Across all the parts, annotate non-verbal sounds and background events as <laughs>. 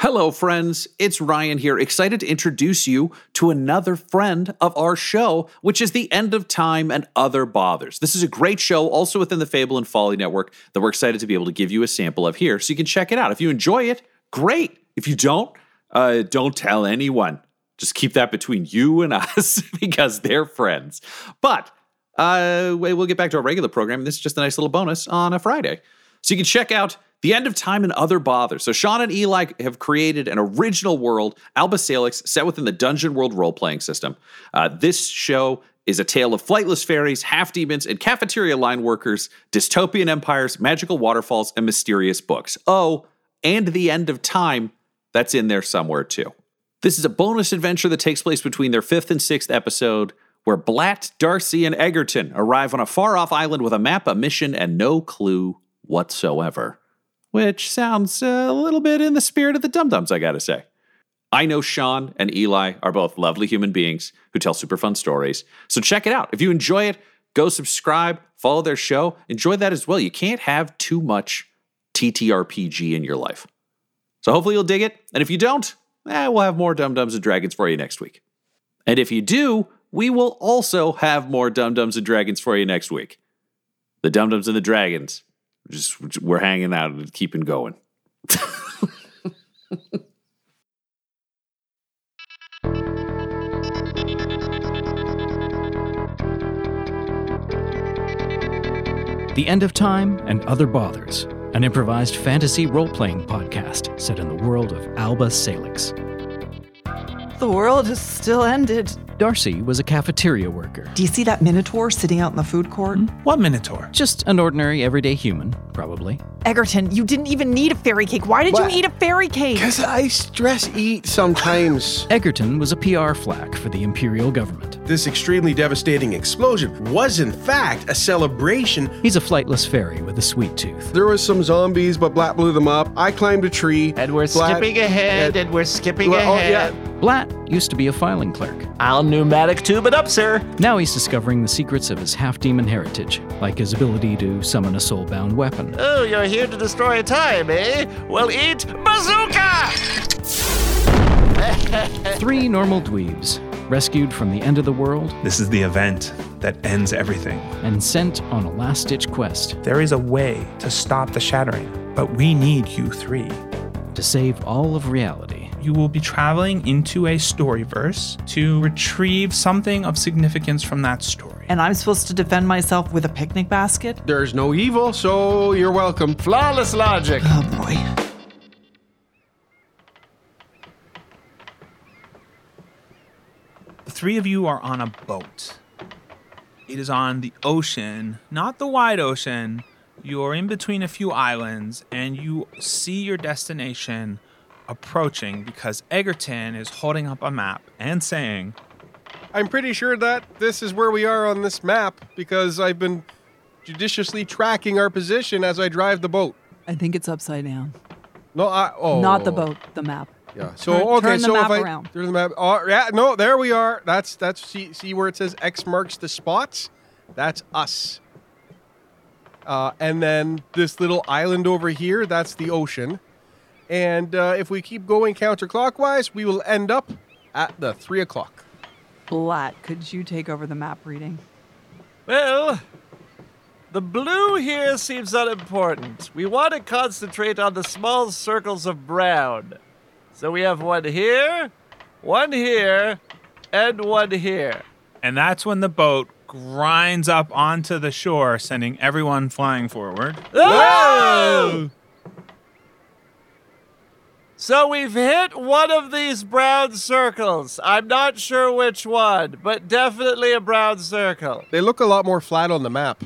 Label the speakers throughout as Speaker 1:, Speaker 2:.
Speaker 1: Hello, friends. It's Ryan here, excited to introduce you to another friend of our show, which is The End of Time and Other Bothers. This is a great show, also within the Fable and Folly Network, that we're excited to be able to give you a sample of here so you can check it out. If you enjoy it, great. If you don't, uh, don't tell anyone. Just keep that between you and <laughs> us because they're friends. But uh, we- we'll get back to our regular program. This is just a nice little bonus on a Friday. So you can check out The End of Time and Other Bother. So Sean and Eli have created an original world, Alba Salix, set within the Dungeon World role playing system. Uh, this show is a tale of flightless fairies, half demons, and cafeteria line workers, dystopian empires, magical waterfalls, and mysterious books. Oh, and The End of Time, that's in there somewhere too. This is a bonus adventure that takes place between their fifth and sixth episode, where Blatt, Darcy, and Egerton arrive on a far off island with a map, a mission, and no clue whatsoever. Which sounds a little bit in the spirit of the Dum Dums, I gotta say. I know Sean and Eli are both lovely human beings who tell super fun stories. So check it out. If you enjoy it, go subscribe, follow their show, enjoy that as well. You can't have too much TTRPG in your life. So hopefully you'll dig it. And if you don't, eh, we'll have more Dum Dums and Dragons for you next week. And if you do, we will also have more Dum Dums and Dragons for you next week. The Dum Dums and the Dragons. Just we're hanging out and keeping going.
Speaker 2: The End of Time and Other Bothers, an improvised fantasy role playing podcast set in the world of Alba Salix.
Speaker 3: The world has still ended.
Speaker 2: Darcy was a cafeteria worker,
Speaker 3: Do you see that minotaur sitting out in the food court?
Speaker 4: What Minotaur?
Speaker 2: just an ordinary everyday human, probably.
Speaker 3: Egerton, you didn't even need a fairy cake. Why did
Speaker 5: What?
Speaker 3: you need a fairy cake?
Speaker 5: Because I stress eat sometimes.
Speaker 2: <laughs> Egerton was a PR flack for the Imperial government.
Speaker 5: this extremely devastating explosion was, in fact, a celebration.
Speaker 2: He's a flightless fairy with a sweet tooth.
Speaker 6: There was some zombies, but Black blew them up. I climbed a tree.
Speaker 4: And we're
Speaker 6: Black-
Speaker 4: skipping ahead,
Speaker 6: Yeah.
Speaker 4: and we're skipping
Speaker 6: Well, oh,
Speaker 4: ahead.
Speaker 2: Blatt used to be a filing clerk.
Speaker 4: I'll pneumatic tube it up, sir.
Speaker 2: Now he's discovering the secrets of his half demon heritage, like his ability to summon a soulbound weapon.
Speaker 4: Oh, you're here to destroy time, eh? Well, eat bazooka! <laughs>
Speaker 2: Three normal dweebs, rescued from the end of the world
Speaker 7: This is the event that ends everything.
Speaker 2: and sent on a last ditch quest
Speaker 7: There is a way to stop the shattering, but we need you three.
Speaker 2: to save all of reality.
Speaker 8: You will be traveling into a storyverse to retrieve something of significance from that story.
Speaker 3: and I'm supposed to defend myself with a picnic basket?
Speaker 6: There's no evil, so you're welcome.
Speaker 4: Flawless logic.
Speaker 3: Oh boy.
Speaker 8: The three of you are on a boat. It is on the ocean, not the wide ocean. You are in between a few islands and you see your destination approaching because Egerton is holding up a map and saying,
Speaker 6: I'm pretty sure that this is where we are on this map because I've been judiciously tracking our position as I drive the boat.
Speaker 9: I think it's upside down.
Speaker 6: No, I oh
Speaker 9: Not the boat, the map.
Speaker 6: Yeah. So
Speaker 9: Turn-
Speaker 6: okay,
Speaker 9: turn the
Speaker 6: so
Speaker 9: map
Speaker 6: if I
Speaker 9: around.
Speaker 6: turn the map. Oh yeah, no, there we are. That's that's see see where it says X marks the spots. That's us. Uh, and then this little island over here, that's the ocean. And uh, if we keep going counterclockwise, we will end up at the three o'clock.
Speaker 9: Blatt, could you take over the map reading?
Speaker 4: Well, the blue here seems unimportant. We want to concentrate on the small circles of brown. So we have one here, one here, and one here.
Speaker 8: and that's when the boat grinds up onto the shore, sending everyone flying forward.
Speaker 4: Whoa! So we've hit one of these brown circles. I'm not sure which one, but definitely a brown circle.
Speaker 6: They look a lot more flat on the map.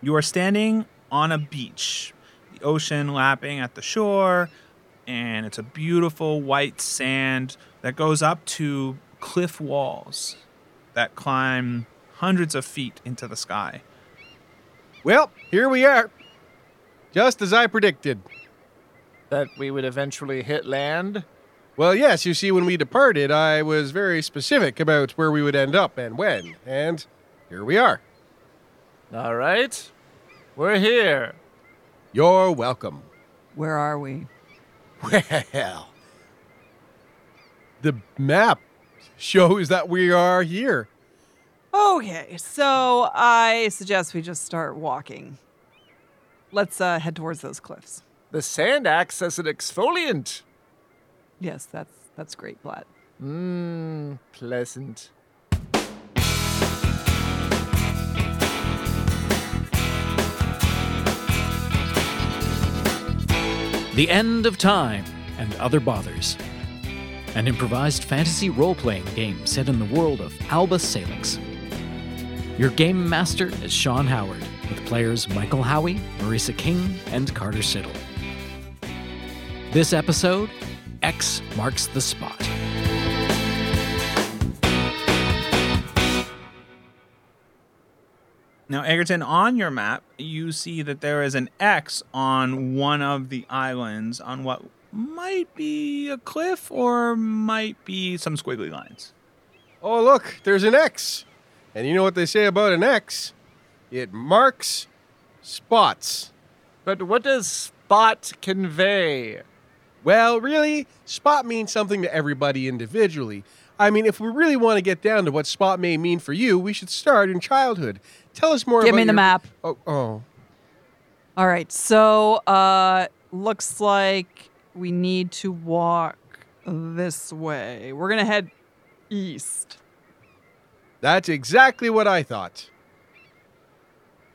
Speaker 8: You are standing on a beach. the ocean lapping at the shore, and it's a beautiful white sand that goes up to cliff walls that climb hundreds of feet into the sky.
Speaker 6: Well, here we are. Just as I predicted.
Speaker 4: That we would eventually hit land?
Speaker 6: Well, yes, you see, when we departed, I was very specific about where we would end up and when, and here we are.
Speaker 4: All right. We're here.
Speaker 6: You're welcome. <laughs>
Speaker 9: Where are we?
Speaker 6: Well, the map shows that we are here.
Speaker 9: Okay, so I suggest we just start walking. Let's uh, head towards those cliffs.
Speaker 4: The sand acts as an exfoliant.
Speaker 9: Yes, that's that's great, Blatt.
Speaker 4: Mmm, pleasant.
Speaker 2: The End of Time and Other Bothers. An improvised fantasy role playing game set in the world of Alba Salix. Your game master is Sean Howard, with players Michael Howie, Marisa King, and Carter Siddle. This episode, X marks the spot.
Speaker 8: Now, Egerton, on your map, you see that there is an X on one of the islands on what might be a cliff or might be some squiggly lines.
Speaker 6: Oh, look, there's an X. And you know what they say about an X? It marks spots.
Speaker 4: But what does spot convey?
Speaker 6: Well, really, spot means something to everybody individually. I mean, if we really want to get down to what spot may mean for you, we should start in childhood. Tell us more
Speaker 9: Give
Speaker 6: about
Speaker 9: me the
Speaker 6: your-
Speaker 9: map.
Speaker 6: Oh, oh.
Speaker 9: All right, so uh, looks like we need to walk this way. We're gonna head east.
Speaker 6: That's exactly what I thought.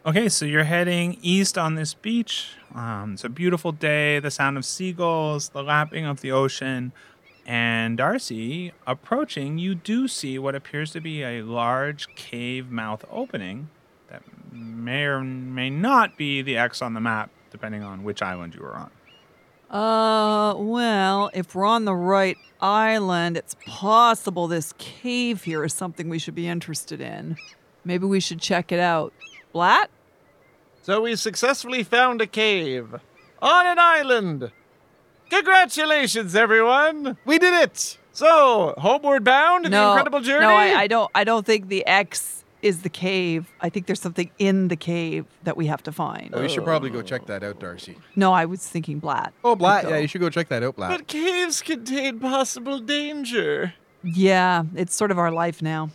Speaker 8: Okay, so you're heading east on this beach. Um, it's a beautiful day, the sound of seagulls, the lapping of the ocean. And Darcy, approaching, you do see what appears to be a large cave mouth opening that may or may not be the X on the map, depending on which island you are on.
Speaker 9: Uh, well, if we're on the right island, it's possible this cave here is something we should be interested in. Maybe we should check it out. Blat?
Speaker 4: So we successfully found a cave on an island. Congratulations, everyone!
Speaker 6: We did it!
Speaker 4: So, homeward bound, the incredible journey?
Speaker 9: No, I, I don't. I don't think the X is the cave. I think there's something in the cave that we have to find.
Speaker 6: Oh, we should probably go check that out, Darcy.
Speaker 9: No, I was thinking Blat.
Speaker 6: Oh, Blat,
Speaker 9: Go.
Speaker 6: yeah, you should go check that out, Blat.
Speaker 4: But caves contain possible danger.
Speaker 9: Yeah, it's sort of our life now.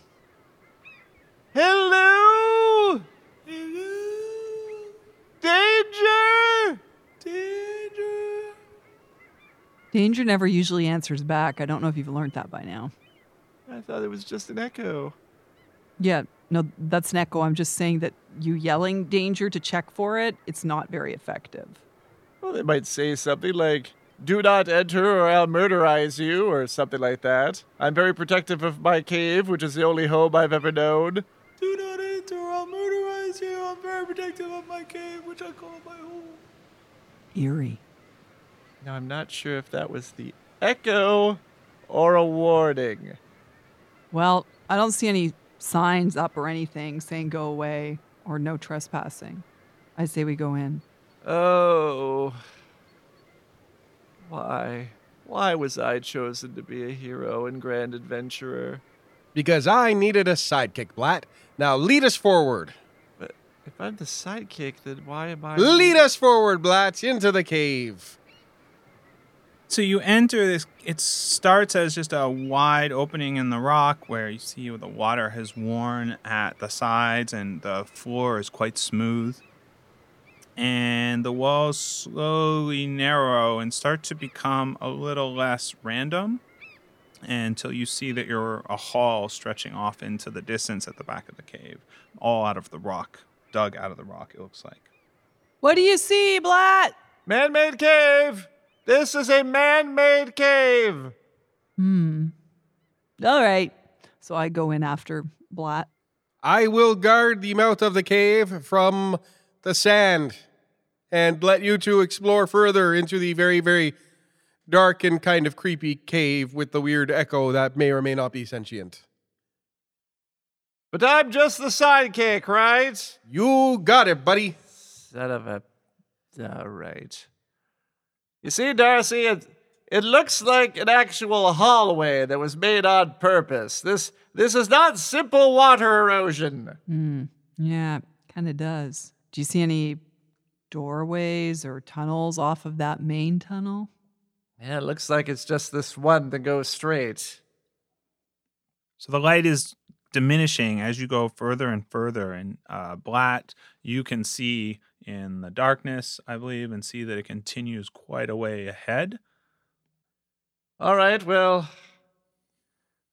Speaker 4: Hello? Danger! Danger!
Speaker 9: Danger never usually answers back. I don't know if you've learned that by now.
Speaker 4: I thought it was just an echo.
Speaker 9: Yeah, no, that's an echo. I'm just saying that you yelling danger to check for it, it's not very effective.
Speaker 4: Well, they might say something like, do not enter or I'll murderize you, or something like that. I'm very protective of my cave, which is the only home I've ever known. Do not enter or I'll murderize you. I'm very protective of my cave, which I call my home.
Speaker 9: Eerie.
Speaker 4: Now, I'm not sure if that was the echo or a warning.
Speaker 9: Well, I don't see any signs up or anything saying go away or no trespassing. I say we go in.
Speaker 4: Oh. Why? Why was I chosen to be a hero and grand adventurer?
Speaker 6: Because I needed a sidekick, Blat. Now lead us forward.
Speaker 4: But if I'm the sidekick, then why am I.
Speaker 6: Lead us forward, Blat, into the cave.
Speaker 8: So you enter this. It starts as just a wide opening in the rock where you see the water has worn at the sides and the floor is quite smooth. And the walls slowly narrow and start to become a little less random until you see that you're a hall stretching off into the distance at the back of the cave, all out of the rock, dug out of the rock, it looks like.
Speaker 9: What do you see, Blat?
Speaker 4: Man made cave! This is a man made cave!
Speaker 9: Hmm. All right. So I go in after Blat.
Speaker 6: I will guard the mouth of the cave from the sand. and let you two explore further into the very, very dark and kind of creepy cave with the weird echo that may or may not be sentient.
Speaker 4: But I'm just the sidekick, right?
Speaker 6: You got it, buddy.
Speaker 4: Son of a. All right. You see, Darcy, it, it looks like an actual hallway that was made on purpose. This this is not simple water erosion.
Speaker 9: Hmm. Yeah, kind of does. Do you see any doorways or tunnels off of that main tunnel?
Speaker 4: Yeah, it looks like it's just this one that goes straight.
Speaker 8: So the light is diminishing as you go further and further. And uh, Blatt, you can see in the darkness, I believe, and see that it continues quite a way ahead.
Speaker 4: All right, well,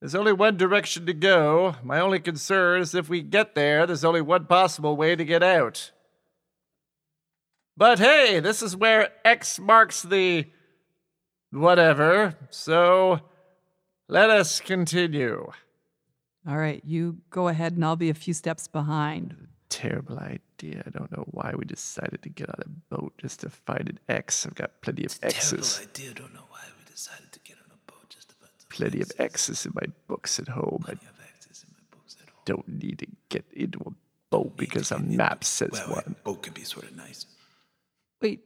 Speaker 4: there's only one direction to go. My only concern is if we get there, there's only one possible way to get out. But hey, this is where X marks the whatever, so let us continue.
Speaker 9: All right, you go ahead and I'll be a few steps behind.
Speaker 4: Terrible idea. I don't know why we decided to get on a boat just to find an X. I've got plenty of X's.
Speaker 8: idea. Don't know why we decided to get on a boat just about
Speaker 4: plenty of X's in my books at home. I don't need to get into a boat because a map says one.
Speaker 8: boat can be sort of nice.
Speaker 9: Wait,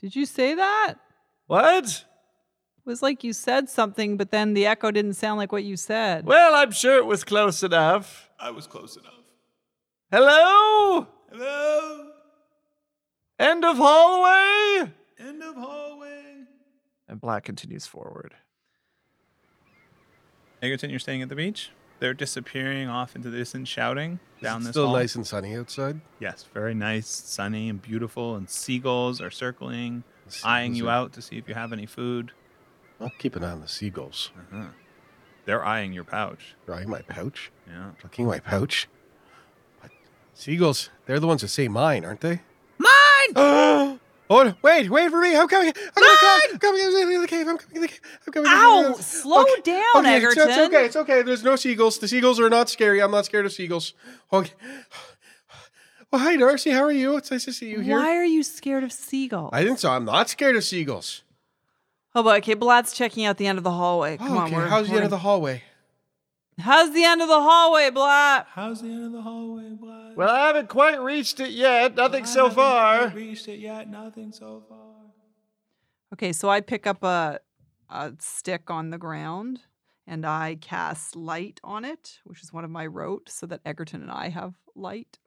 Speaker 9: did you say that?
Speaker 4: What?
Speaker 9: It was like you said something, but then the echo didn't sound like what you said.
Speaker 4: Well, I'm sure it was close enough.
Speaker 8: I was close enough.
Speaker 4: Hello?
Speaker 8: Hello.
Speaker 4: End of hallway?
Speaker 8: End of hallway.
Speaker 4: And Black continues forward.
Speaker 8: Egerton, you're staying at the beach. They're disappearing off into the distance, shouting down
Speaker 6: Is it
Speaker 8: this
Speaker 6: Still
Speaker 8: hall.
Speaker 6: nice and sunny outside.
Speaker 8: Yes, very nice, sunny, and beautiful. And seagulls are circling,
Speaker 6: Seagulls
Speaker 8: eyeing you
Speaker 6: are-
Speaker 8: out to see if you have any food.
Speaker 6: I'll keep an eye on the seagulls.
Speaker 8: They're eyeing your pouch.
Speaker 6: Drawing my pouch.
Speaker 8: Yeah.
Speaker 6: Looking my pouch. What? Seagulls, they're the ones that say mine, aren't they?
Speaker 9: <gasps>
Speaker 6: Mine! oh, wait, wait for me. I'm coming. I'm mine! coming. I'm coming. I'm coming. I'm coming. I'm coming. I'm coming.
Speaker 9: Ow! Slow down,
Speaker 6: okay, it's- It's,
Speaker 9: Egerton.
Speaker 6: okay. It's okay. There's no seagulls. The seagulls are not scary. I'm not scared of seagulls. Okay. Well, hi, Darcy. How are you? It's nice to see you here.
Speaker 9: Why are you scared of seagulls?
Speaker 6: I didn't say I'm not scared of seagulls.
Speaker 9: Oh boy, okay, Blatt's checking out the end of the hallway. Come
Speaker 6: Oh,
Speaker 9: on,
Speaker 6: okay.
Speaker 9: we're,
Speaker 6: How's the end
Speaker 9: we're-
Speaker 6: of the hallway?
Speaker 9: How's the end of the hallway, Blatt?
Speaker 8: How's the end of the hallway, Blood?
Speaker 4: Well, I haven't quite reached it yet. Nothing so far.
Speaker 8: reached it yet. Nothing so far.
Speaker 9: Okay, so I pick up a a stick on the ground and I cast light on it, which is one of my rote, so that Egerton and I have light.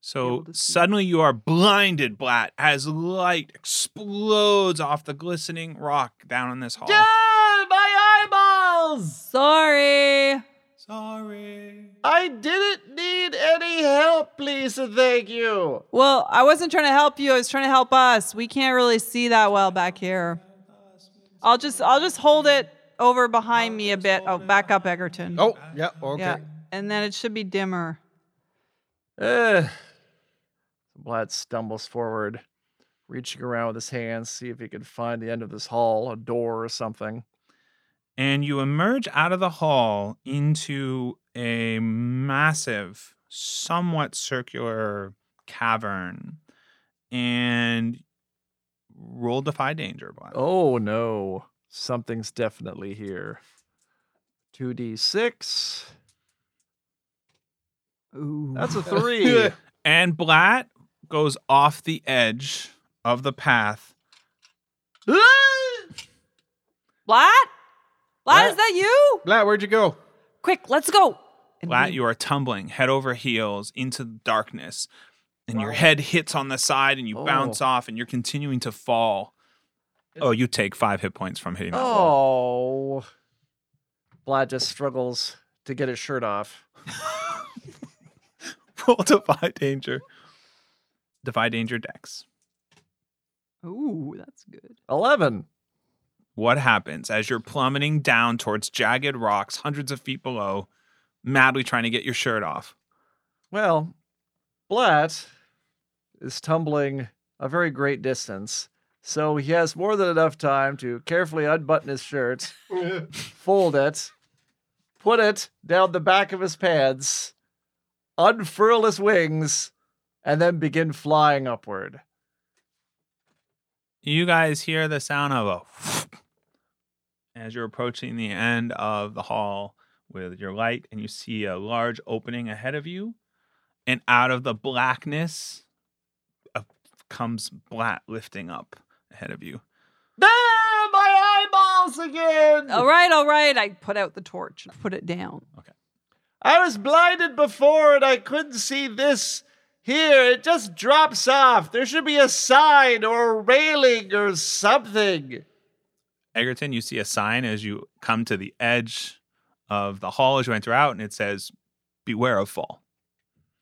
Speaker 8: So
Speaker 9: able to see.
Speaker 8: suddenly you are blinded, Blat, as light explodes off the glistening rock down in this hall.
Speaker 4: Yeah, my eyeballs! <gasps>
Speaker 9: Sorry.
Speaker 8: Sorry.
Speaker 4: I didn't need any help, please, and thank you.
Speaker 9: Well, I wasn't trying to help you. I was trying to help us. We can't really see that well back here. I'll just I'll just hold it over behind me a bit. Oh, back up, Egerton.
Speaker 6: Oh, yeah. Okay.
Speaker 9: Yeah, and then it should
Speaker 4: <laughs>
Speaker 9: be dimmer.
Speaker 4: Ugh. Vlad Eh. stumbles forward, reaching around with his hands, see if he can find the end of this hall, a door or something.
Speaker 8: and you emerge out of the hall into a massive, somewhat circular cavern, and roll defy danger, Black.
Speaker 4: Oh no, something's definitely here. 2d6.
Speaker 9: Ooh. <laughs>
Speaker 4: That's a three.
Speaker 8: And Blatt goes off the edge of the path.
Speaker 9: Blat? Blat, is that you?
Speaker 6: Blat, where'd you go?
Speaker 9: Quick, let's go. And
Speaker 8: Blatt,
Speaker 9: we-
Speaker 8: you are tumbling head over heels into the darkness, and your head hits on the side, and you bounce
Speaker 4: Oh.
Speaker 8: off, and you're continuing to fall. Oh, you take five hit points from hitting that wall.
Speaker 4: oh. Vlad just struggles to get his shirt off.
Speaker 8: <laughs> roll defy danger. Defy danger dex.
Speaker 9: Ooh, that's good.
Speaker 4: 11.
Speaker 8: What happens as you're plummeting down towards jagged rocks hundreds of feet below, madly trying to get your shirt off?
Speaker 4: Well, Blatt is tumbling a very great distance, so he has more than enough time to carefully unbutton his shirt, fold it, put it down the back of his pants, unfurl his wings, and then begin flying upward.
Speaker 8: you guys hear the sound of a as you're approaching the end of the hall with your light, and you see a large opening ahead of you. And out of the blackness up comes Blat lifting up ahead of you.
Speaker 4: Bam! My eyeballs again!
Speaker 9: All right, all right. I put out the torch and put it down.
Speaker 4: I was blinded before and I couldn't see this here. It just drops off. There should be a sign or a railing or something.
Speaker 8: Egerton, you see a sign as you come to the edge of the hall as you enter out, and it says, Beware of fall.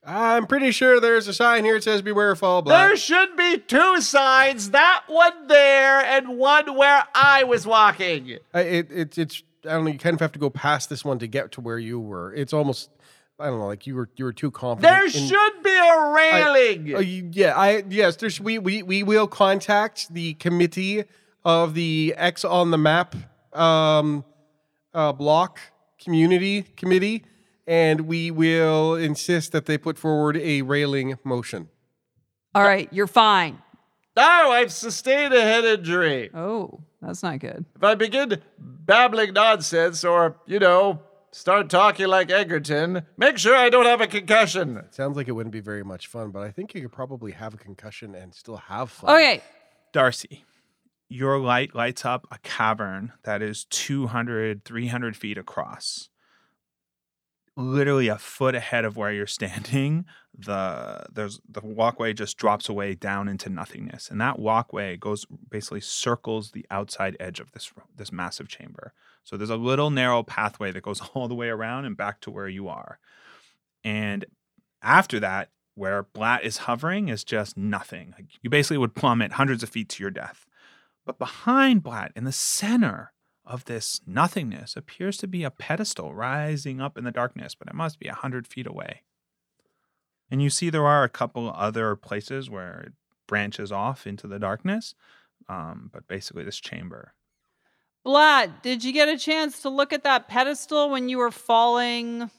Speaker 6: I'm pretty sure there's a sign here that says "Beware Fall Black."
Speaker 4: There should be two signs that one there and one where I was walking.
Speaker 6: I, it, it, it's I don't know. You kind of have to go past this one to get to where you were. It's almost I don't know. Like you were you were too confident.
Speaker 4: There
Speaker 6: in-
Speaker 4: should be a railing.
Speaker 10: oh,
Speaker 6: Uh, you- yeah, I yes. There's we we we will contact the committee of the X on the map um, uh, block community committee, and we will insist that they put forward a railing motion.
Speaker 9: All right, you're fine.
Speaker 4: Now I've sustained a head injury.
Speaker 9: Oh, that's not good.
Speaker 4: If I begin babbling nonsense or, you know, start talking like Egerton, make sure I don't have a concussion.
Speaker 6: Sounds like it wouldn't be very much fun, but I think you could probably have a concussion and still have fun.
Speaker 9: Okay.
Speaker 8: Darcy, your light lights up a cavern that is 200, 300 feet across. Literally a foot ahead of where you're standing, the there's the walkway just drops away down into nothingness, and that walkway goes basically circles the outside edge of this this massive chamber. So there's a little narrow pathway that goes <laughs> all the way around and back to where you are, and after that, where Blatt is hovering is just nothing. Like, you basically would plummet hundreds of feet to your death. But behind Blatt, in the center of this nothingness, appears to be a pedestal rising up in the darkness, but it must be a hundred feet away. And you see there are a couple other places where it branches off into the darkness, um, but basically this chamber.
Speaker 9: Vlad, did you get a chance to look at that pedestal when you were falling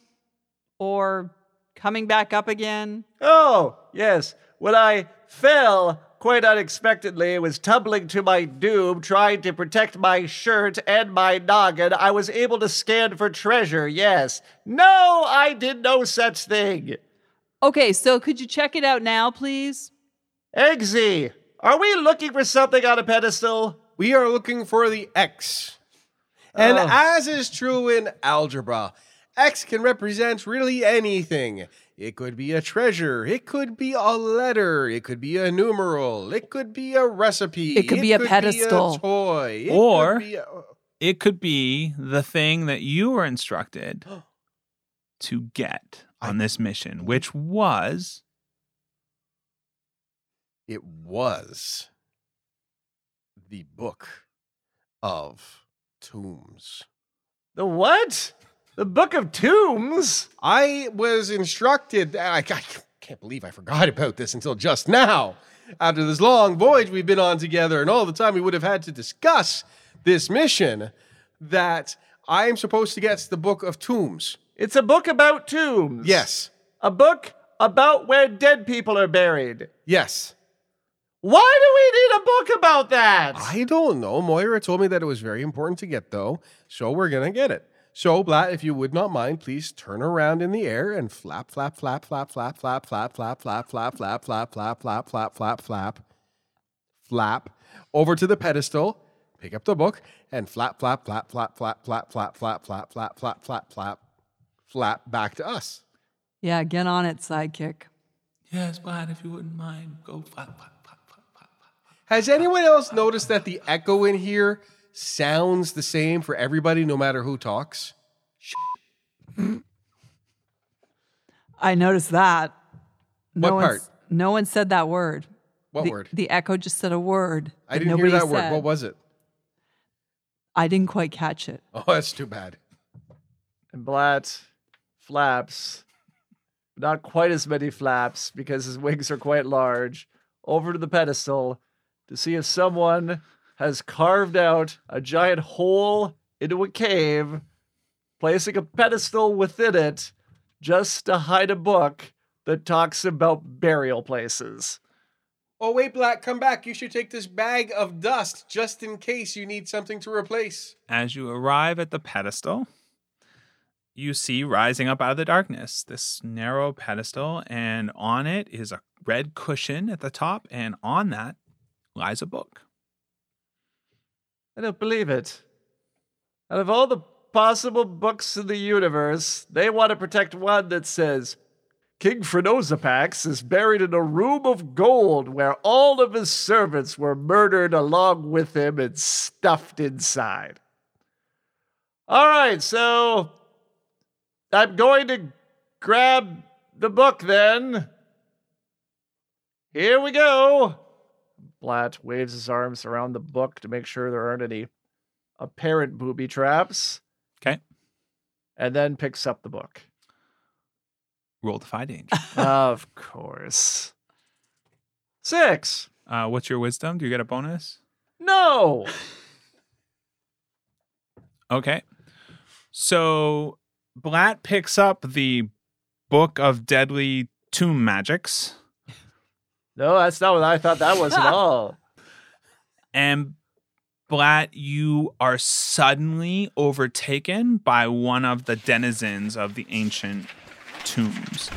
Speaker 9: or coming back up again?
Speaker 4: Oh, yes. When I fell quite unexpectedly, was tumbling to my doom, trying to protect my shirt and my noggin, I was able to scan for treasure, yes. No, I did no such thing.
Speaker 9: Okay, so could you check it out now, please?
Speaker 4: Eggsy, are we looking for something on a pedestal?
Speaker 6: We are looking for the X. And
Speaker 4: Oh.
Speaker 6: as is true in algebra, X can represent really anything. It could be a treasure, it could be a letter, it could be a numeral, it could be a recipe,
Speaker 9: It could be a pedestal.
Speaker 6: toy, it could
Speaker 8: Or-
Speaker 6: be a-
Speaker 8: It could be the thing that you were
Speaker 6: <gasps>
Speaker 8: instructed to get on this mission, which was
Speaker 6: it was the book of tombs.
Speaker 4: The what? The Book of Tombs?
Speaker 6: I was instructed. I, I can't believe I forgot <laughs> about this until just now. After this long voyage we've been on together and all the time we would have had to discuss this mission, that I am supposed to get the Book of Tombs.
Speaker 4: It's a book about tombs.
Speaker 6: Yes.
Speaker 4: A book about where dead people are buried.
Speaker 6: Yes.
Speaker 4: Why do we need a book about that?
Speaker 6: I don't know. Moira told me that it was very important to get, though, so we're going to get it. So, Blatt, if you would not mind, please turn around in the air and flap, flap, flap, flap, flap, flap, flap, flap, flap, flap, flap, flap, flap, flap, flap, flap, flap, flap, over to the pedestal, pick up the book, and flap, flap, flap, flap, flap, flap, flap, flap, flap, flap, flap, flap, flap, flap back to us.
Speaker 9: Yeah, get on it, sidekick.
Speaker 8: Yes, Vlad, if you wouldn't mind, go flap, flap, flap, flap, flap, flap.
Speaker 6: Has anyone else noticed that the echo in here sounds the same for everybody, no matter who talks?
Speaker 9: I noticed that.
Speaker 6: What
Speaker 9: one's-
Speaker 6: part?
Speaker 9: No one said that word.
Speaker 6: What
Speaker 9: the,
Speaker 6: word?
Speaker 9: The echo just said a word.
Speaker 6: I didn't hear that word. What
Speaker 9: was?
Speaker 6: was it?
Speaker 9: I didn't quite catch it.
Speaker 6: <laughs> Oh, that's too bad.
Speaker 4: And Blatt flaps, not quite as many flaps because his wings are quite large, over to the pedestal to see if someone has carved out a giant hole into a cave, placing a pedestal within it just to hide a book that talks about burial places.
Speaker 6: Oh, wait, Black, come back. You should take this bag of dust just in case you need something to replace.
Speaker 8: As you arrive at the pedestal, you see rising up out of the darkness this narrow pedestal, and on it is a red cushion at the top, and on that lies a book.
Speaker 4: I don't believe it. Out of all the possible books in the universe, they want to protect one that says King Phrenosoppax is buried in a room of gold where all of his servants were murdered along with him and stuffed inside. All right, so I'm going to grab the book then. Here we go. Blatt waves his arms around the book to make sure there aren't any apparent booby traps.
Speaker 8: Okay.
Speaker 4: And then picks up the book.
Speaker 8: Roll the fight <laughs> angel.
Speaker 4: of course. Six.
Speaker 8: Uh, what's your wisdom? Do you get a bonus?
Speaker 4: No.
Speaker 8: Okay. So Blatt picks up the Book of Deadly Tomb Magics.
Speaker 4: No, that's not what I thought that was at all.
Speaker 8: And Blatt, you are suddenly overtaken by one of the denizens of the ancient tombs.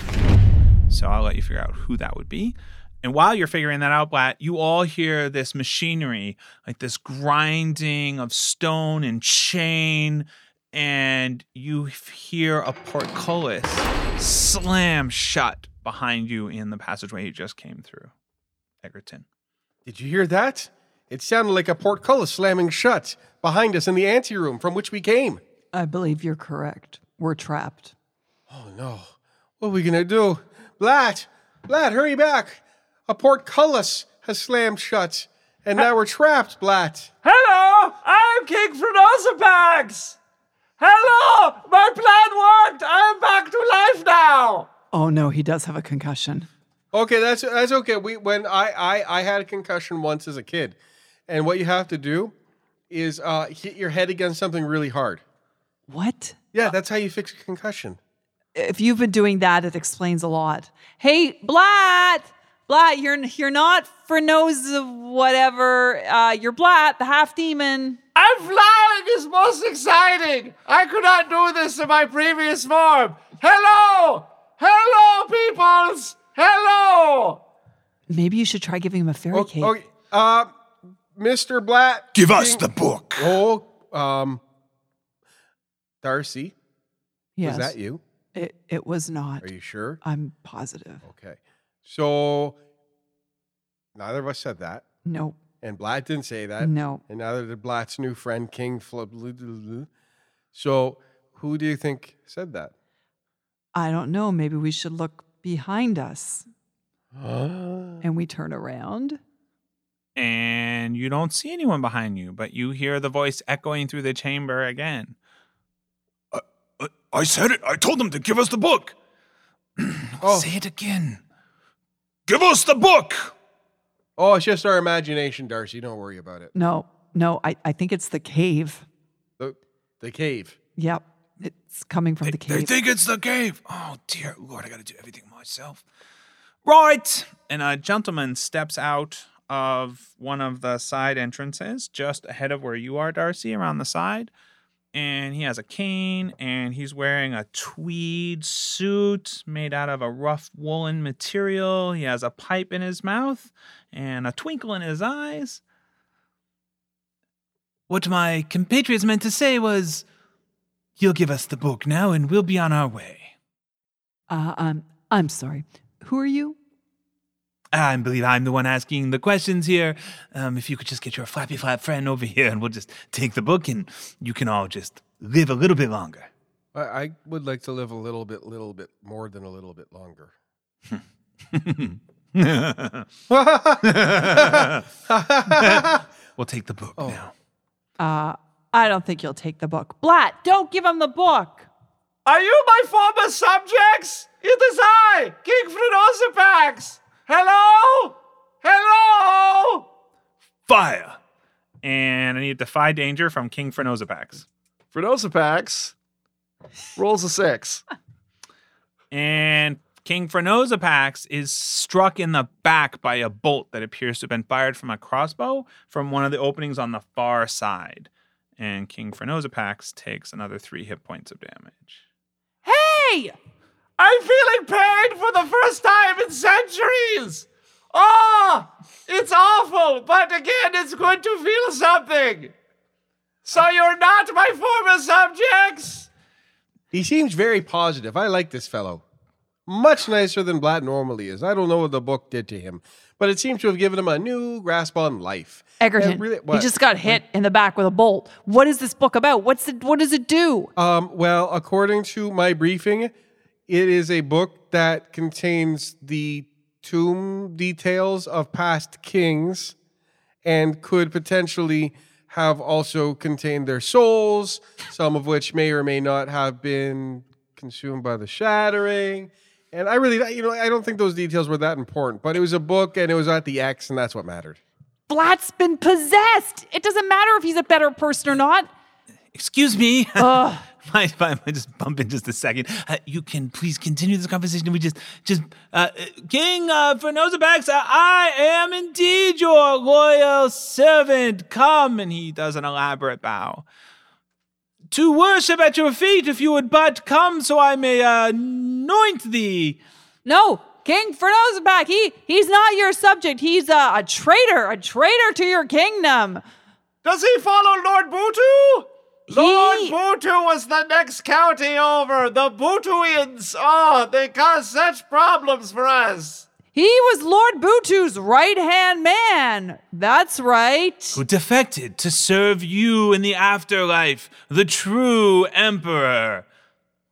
Speaker 8: So I'll let you figure out who that would be. And while you're figuring that out, Blatt, you all hear this machinery, like this grinding of stone and chain, and you hear a portcullis slam shut behind you in the passageway you just came through, Egerton.
Speaker 6: Did you hear that? It sounded like a portcullis slamming shut behind us in the anteroom from which we came.
Speaker 9: I believe you're correct. We're trapped.
Speaker 6: Oh no. What are we gonna do? Blat! Blat, hurry back! A portcullis has slammed shut, and now we're trapped, Blat.
Speaker 4: Hello, I'm King Phrenosoppax. Hello, my plan worked. I'm back to life now.
Speaker 9: Oh no, he does have a concussion.
Speaker 6: Okay, that's that's okay. We when I I, I had a concussion once as a kid, and what you have to do is uh, hit your head against something really hard.
Speaker 9: What?
Speaker 6: Yeah, that's how you fix a concussion.
Speaker 9: If you've been doing that, it explains a lot. Hey, Blatt! Blatt, you're you're not Frenosa whatever. Uh, you're Blatt, the half demon.
Speaker 4: I'm flying is most exciting. I could not do this in my previous form. Hello, hello, peoples. Hello.
Speaker 9: Maybe you should try giving him a fairy cake.
Speaker 6: Okay, uh, Mr. Blatt.
Speaker 10: Give us the book.
Speaker 6: Oh, um, Darcy,
Speaker 9: Yes.
Speaker 6: was that you?
Speaker 9: It it was not.
Speaker 6: Are you sure?
Speaker 9: I'm positive.
Speaker 6: Okay. So neither of us said that.
Speaker 9: Nope.
Speaker 6: And Blatt didn't say that.
Speaker 9: No.
Speaker 6: And neither did Blatt's new friend, King Flip. So who do you think said that?
Speaker 9: I don't know. Maybe we should look behind us.
Speaker 6: Ah.
Speaker 9: And we turn around.
Speaker 8: and you don't see anyone behind you, but you hear the voice echoing through the chamber again.
Speaker 10: I- I said it. I told them to give us the book.
Speaker 6: Oh.
Speaker 8: Say it again.
Speaker 10: Give us the book.
Speaker 6: Oh, it's just our imagination, Darcy. Don't worry about it.
Speaker 9: No, no, I, I think it's the cave.
Speaker 6: The, the cave.
Speaker 9: Yep. It's coming from
Speaker 10: They
Speaker 9: the cave.
Speaker 10: think it's the cave. Oh dear Lord, I gotta do everything myself.
Speaker 8: Right. And a gentleman steps out of one of the side entrances just ahead of where you are, Darcy, around the side. And he has a cane and he's wearing a tweed suit made out of a rough woolen material. He has a pipe in his mouth and a twinkle in his eyes. What my compatriots meant to say was, You'll give us the book now and we'll be on our way.
Speaker 9: uh, um, I'm sorry. Who
Speaker 10: <laughs>
Speaker 9: are you?
Speaker 8: I believe I'm the one asking the questions here. Um, if you could just get your flappy flap friend over <laughs> here and we'll just take the book and you can all just live a little bit longer. <laughs>
Speaker 6: I, I would like to live a little bit, little bit more than a little bit
Speaker 10: <laughs>
Speaker 6: longer. <laughs>
Speaker 8: We'll take the book
Speaker 4: Oh.
Speaker 8: now.
Speaker 9: Uh, I don't think you'll take the book. Blatt, don't give him the book.
Speaker 4: Are you my former subjects? It is I, King Phrenosoppax. Hello? Hello?
Speaker 8: Fire! And I need Defy Danger from King Phrenosoppax.
Speaker 4: Phrenosoppax rolls a six.
Speaker 8: And King Phrenosopax is struck in the back by a bolt that appears to have been fired from a crossbow from one of the openings on the far side. And King Phrenosopax takes another three hit points of damage.
Speaker 4: Hey! I'm feeling pain for the first time in centuries! Ah! it's awful, but again, it's good to feel something! So you're not my former subjects!
Speaker 6: He seems very positive. I like this fellow. Much nicer than Blatt normally is. I don't know what the book did to him, but it seems to have given him a new grasp on life.
Speaker 9: Egerton,
Speaker 6: And really-
Speaker 9: he
Speaker 6: what?
Speaker 9: just got hit in the back with a bolt. What is this book about? What's it? What does it do?
Speaker 6: Um, well, according to my briefing, it is a book that contains the tomb details of past kings and could potentially have also contained their souls, some of which may or may not have been consumed by the shattering. And I really, you know, I don't think those details were that important, but it was a book and it was at the X, and that's what mattered.
Speaker 9: Blatt's been possessed. It doesn't matter if he's a better person or not.
Speaker 8: Excuse me. Mind if I <laughs> might just bump in just a second? Uh, you can please continue this conversation. We just, just, uh, uh, King uh, Phrenosophax, uh, I am indeed your loyal servant. Come, and he does an elaborate bow. To worship at your feet, if you would but come, so I may uh, anoint thee.
Speaker 9: No, King Ferdo's back. He he's not your subject. He's a, a traitor, a traitor to your kingdom.
Speaker 4: Does he follow Lord Butu? Lord Butu was the next county over. The Butuians, oh, they caused such problems for us.
Speaker 9: He was Lord Butu's right hand man. That's right.
Speaker 8: Who defected to serve you in the afterlife, the true emperor.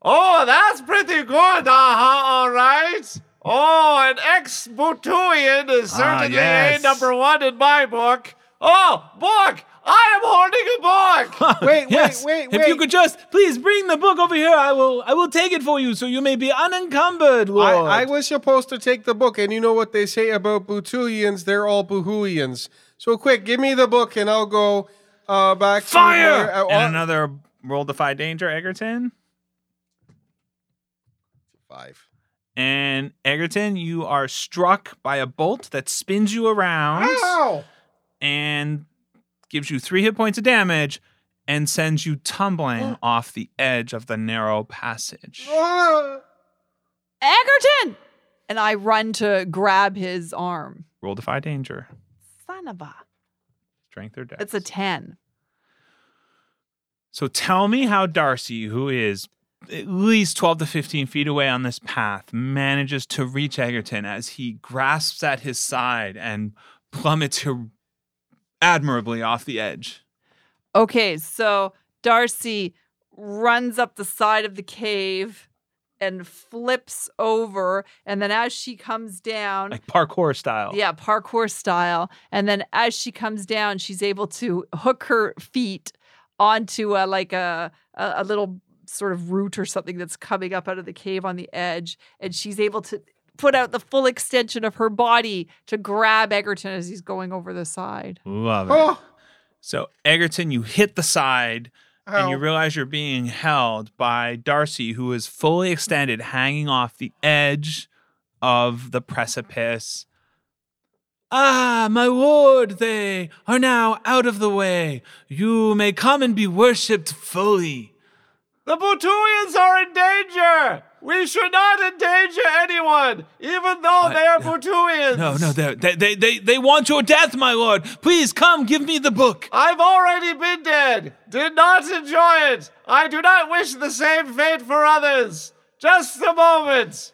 Speaker 4: Oh, that's pretty good. Uh-huh, all right. Oh, an ex-Butuian is
Speaker 8: Ah,
Speaker 4: certainly
Speaker 8: yes.
Speaker 4: a number one in my book. Oh, book! I am holding
Speaker 8: <laughs>
Speaker 4: a book!
Speaker 6: Wait,
Speaker 8: yes. If you could just please bring the book over here, I will I will take it for you so you may be unencumbered, Lord.
Speaker 6: I, I was supposed to take the book, and you know what they say about Butulians? They're all Buhuians. So quick, give me the book, and I'll go uh, back. To
Speaker 8: Fire!
Speaker 6: where uh, I-
Speaker 8: and another roll defy danger, Egerton.
Speaker 6: Five.
Speaker 8: And Egerton, you are struck by a bolt that spins you around
Speaker 6: Ow!
Speaker 8: and gives you three hit points of damage and sends
Speaker 6: <gasps>
Speaker 8: you tumbling off the edge of the narrow passage.
Speaker 9: Egerton! And I run to grab his arm.
Speaker 8: Roll defy danger.
Speaker 9: Son of a.
Speaker 8: Strength or dex.
Speaker 9: It's a 10.
Speaker 8: So tell me how Darcy, who is at least 12 to 15 feet away on this path, manages to reach Egerton as he grasps at his side and plummets her admirably off the edge.
Speaker 9: Okay, so Darcy runs up the side of the cave and flips over. And then as she comes down,
Speaker 8: Like parkour style.
Speaker 9: Yeah, parkour style. And then as she comes down, she's able to hook her feet onto a, like a, a a little sort of root or something that's coming up out of the cave on the edge, and she's able to put out the full extension of her body to grab Egerton as he's going over the side.
Speaker 8: Love it.
Speaker 6: Oh.
Speaker 8: So, Egerton, you hit the side and you
Speaker 9: Ow.
Speaker 8: realize you're being held by Darcy, who is fully extended, hanging off the edge of the precipice. Ah, my lord, they are now out of the way. You may come and be worshipped fully.
Speaker 4: The Butuians are in danger! We should not endanger anyone, even though they are Butuians!
Speaker 8: No, no, they're- they, they, they, they want your death, my lord. Please come, give me the book.
Speaker 4: I've already been dead! Did not enjoy it! I do not wish the same fate for others! Just a moment!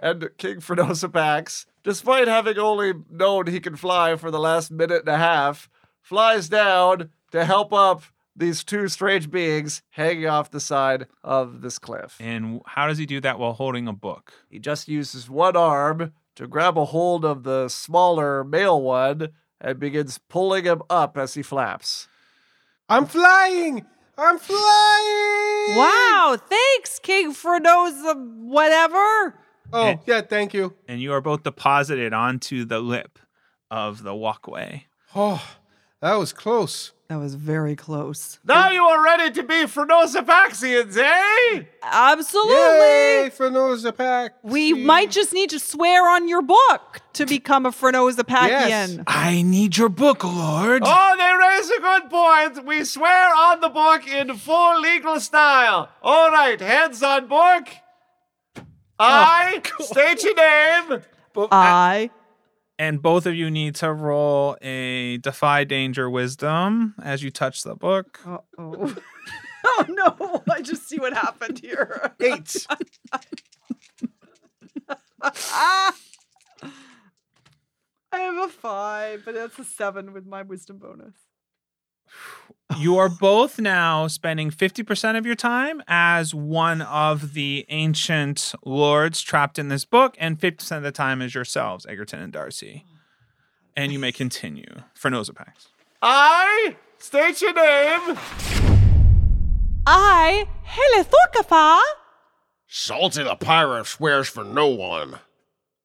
Speaker 4: And King Phrenosophax, despite having only known he can fly for the last minute and a half, flies down to help up these two strange beings hanging off the side of this cliff.
Speaker 8: And how does he do that while holding a book?
Speaker 4: He just uses one arm to grab a hold of the smaller male one and begins pulling him up as he flaps.
Speaker 6: I'm flying! I'm flying!
Speaker 9: Wow, thanks, King Frodoza, whatever.
Speaker 6: Oh, yeah, thank you.
Speaker 8: and you are both deposited onto the lip of the walkway.
Speaker 6: Oh, that was close.
Speaker 11: That was very close.
Speaker 12: Now you are ready to be Phronosopaxians, eh?
Speaker 11: Absolutely.
Speaker 6: Yay, Phronosopax.
Speaker 11: We might just need to swear on your book to become a Phronosopacian.
Speaker 8: I need your book, Lord.
Speaker 12: Oh, they raise a good point. We swear on the book in full legal style. All right, hands on book.
Speaker 11: Oh, <laughs>
Speaker 12: I state your name.
Speaker 11: I.
Speaker 8: And both of you need to roll a defy danger wisdom as you touch the <laughs> book.
Speaker 11: oh <laughs> Oh no, <laughs> I just see what happened here.
Speaker 6: Eight.
Speaker 11: <laughs> I have a five, but that's a seven with my wisdom bonus.
Speaker 8: You are both now spending 50% of your time as one of the ancient lords trapped in this book, and 50% of the time as yourselves, Egerton and Darcy. And you may continue for Nozapax.
Speaker 12: I state your name.
Speaker 11: I, Helithorkafa.
Speaker 13: Salty the pirate swears for no one.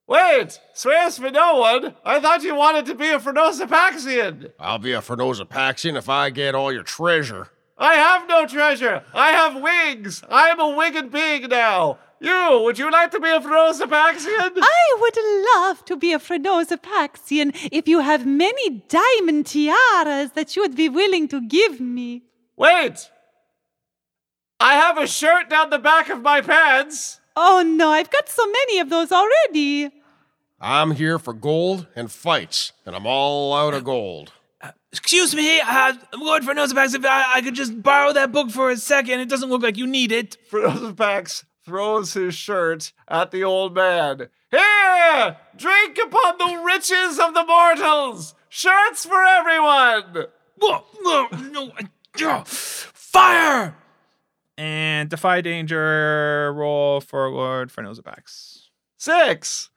Speaker 12: Wait, swears for no one. I thought you wanted to be a Phronosopaxian.
Speaker 13: I'll be a Phronosopaxian if I get all your treasure.
Speaker 12: I have no treasure. I have wings. I am a winged being now. You, would you like to be a Phronosopaxian?
Speaker 9: I would love to be a Phronosopaxian if you have many diamond tiaras that you would be willing to give me.
Speaker 12: Wait! I have a shirt down the back of my pants.
Speaker 9: Oh no, I've got so many of those already.
Speaker 13: I'm here for gold and fights, and I'm all out of gold.
Speaker 8: Excuse me, uh, Lord Phronosopax, if I, I could just borrow that book for a second, it doesn't look like you need it.
Speaker 12: Phronosopax throws his shirt at the old man. Here! Drink upon the riches of the mortals! Shirts for everyone!
Speaker 8: Whoa, whoa, no, fire! And defy danger roll for Lord Phronosopax.
Speaker 12: Six.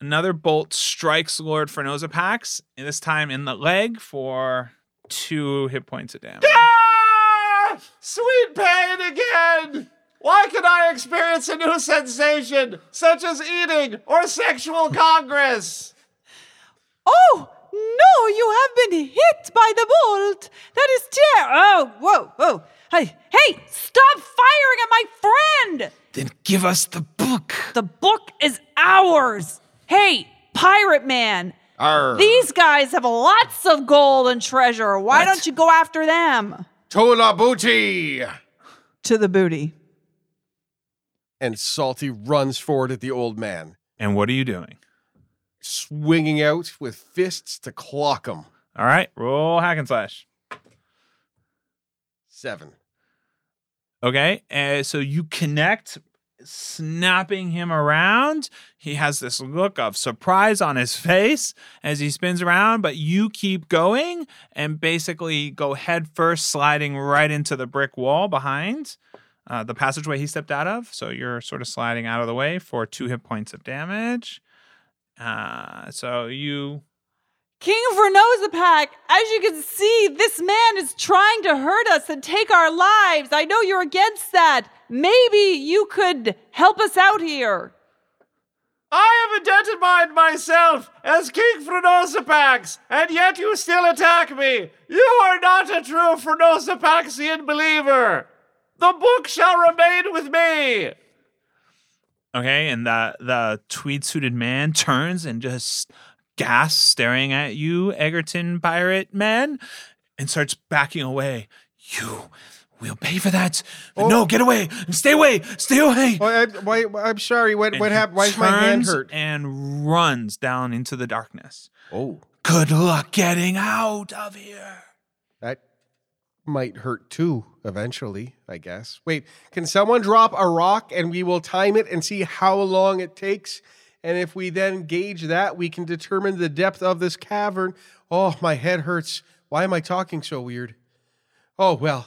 Speaker 8: Another bolt strikes Lord Phronosopax, and this time in the leg for two hit points of damage.
Speaker 12: Ah! Sweet pain again! Why can I experience a new sensation, such as eating or sexual congress?
Speaker 9: Oh no, you have been hit by the bolt. That is tear. Oh, whoa, whoa. Hey, hey, stop firing at my friend.
Speaker 8: Then give us the book.
Speaker 9: The book is ours. Hey, pirate man.
Speaker 13: Arr.
Speaker 9: These guys have lots of gold and treasure. Why don't you go after them?
Speaker 13: Tola booty!
Speaker 11: To the booty.
Speaker 6: And Salty runs forward at the old man,
Speaker 8: And what are you doing?
Speaker 6: swinging out with fists to clock him.
Speaker 8: All right, roll hack and slash.
Speaker 6: Seven.
Speaker 8: Okay. Uh, so you connect, snapping him around. He has this look of surprise on his face as he spins around, but you keep going and basically go head first, sliding right into the brick wall behind uh, the passageway he stepped out of. So you're sort of sliding out of the way for two hit points of damage. Uh, so you
Speaker 9: King Vernozapak, as you can see, this man is trying to hurt us and take our lives. I know you're against that. Maybe you could help us out here.
Speaker 12: I have identified myself as King Phronosopax, and yet you still attack me. You are not a true Phronosopaxian believer. The book shall remain with me.
Speaker 8: Okay, and the the tweed suited man <laughs> turns and just gasps, staring at you, Egerton pirate man, and starts backing away. You will pay for that. No, get away! Stay away! Stay away!
Speaker 6: Oh, I, why, I'm sorry. What,
Speaker 8: And
Speaker 6: what
Speaker 8: he
Speaker 6: happened? Why is my hand
Speaker 8: turns
Speaker 6: hurt?
Speaker 8: And runs down into the darkness.
Speaker 6: Oh,
Speaker 8: Good luck getting out of here.
Speaker 6: that might hurt too eventually, I guess. Wait, can someone drop a rock and we will time it and see how long it takes? And if we then gauge that, we can determine the depth of this cavern. Oh, my head hurts. Why am I talking so weird? Oh, well.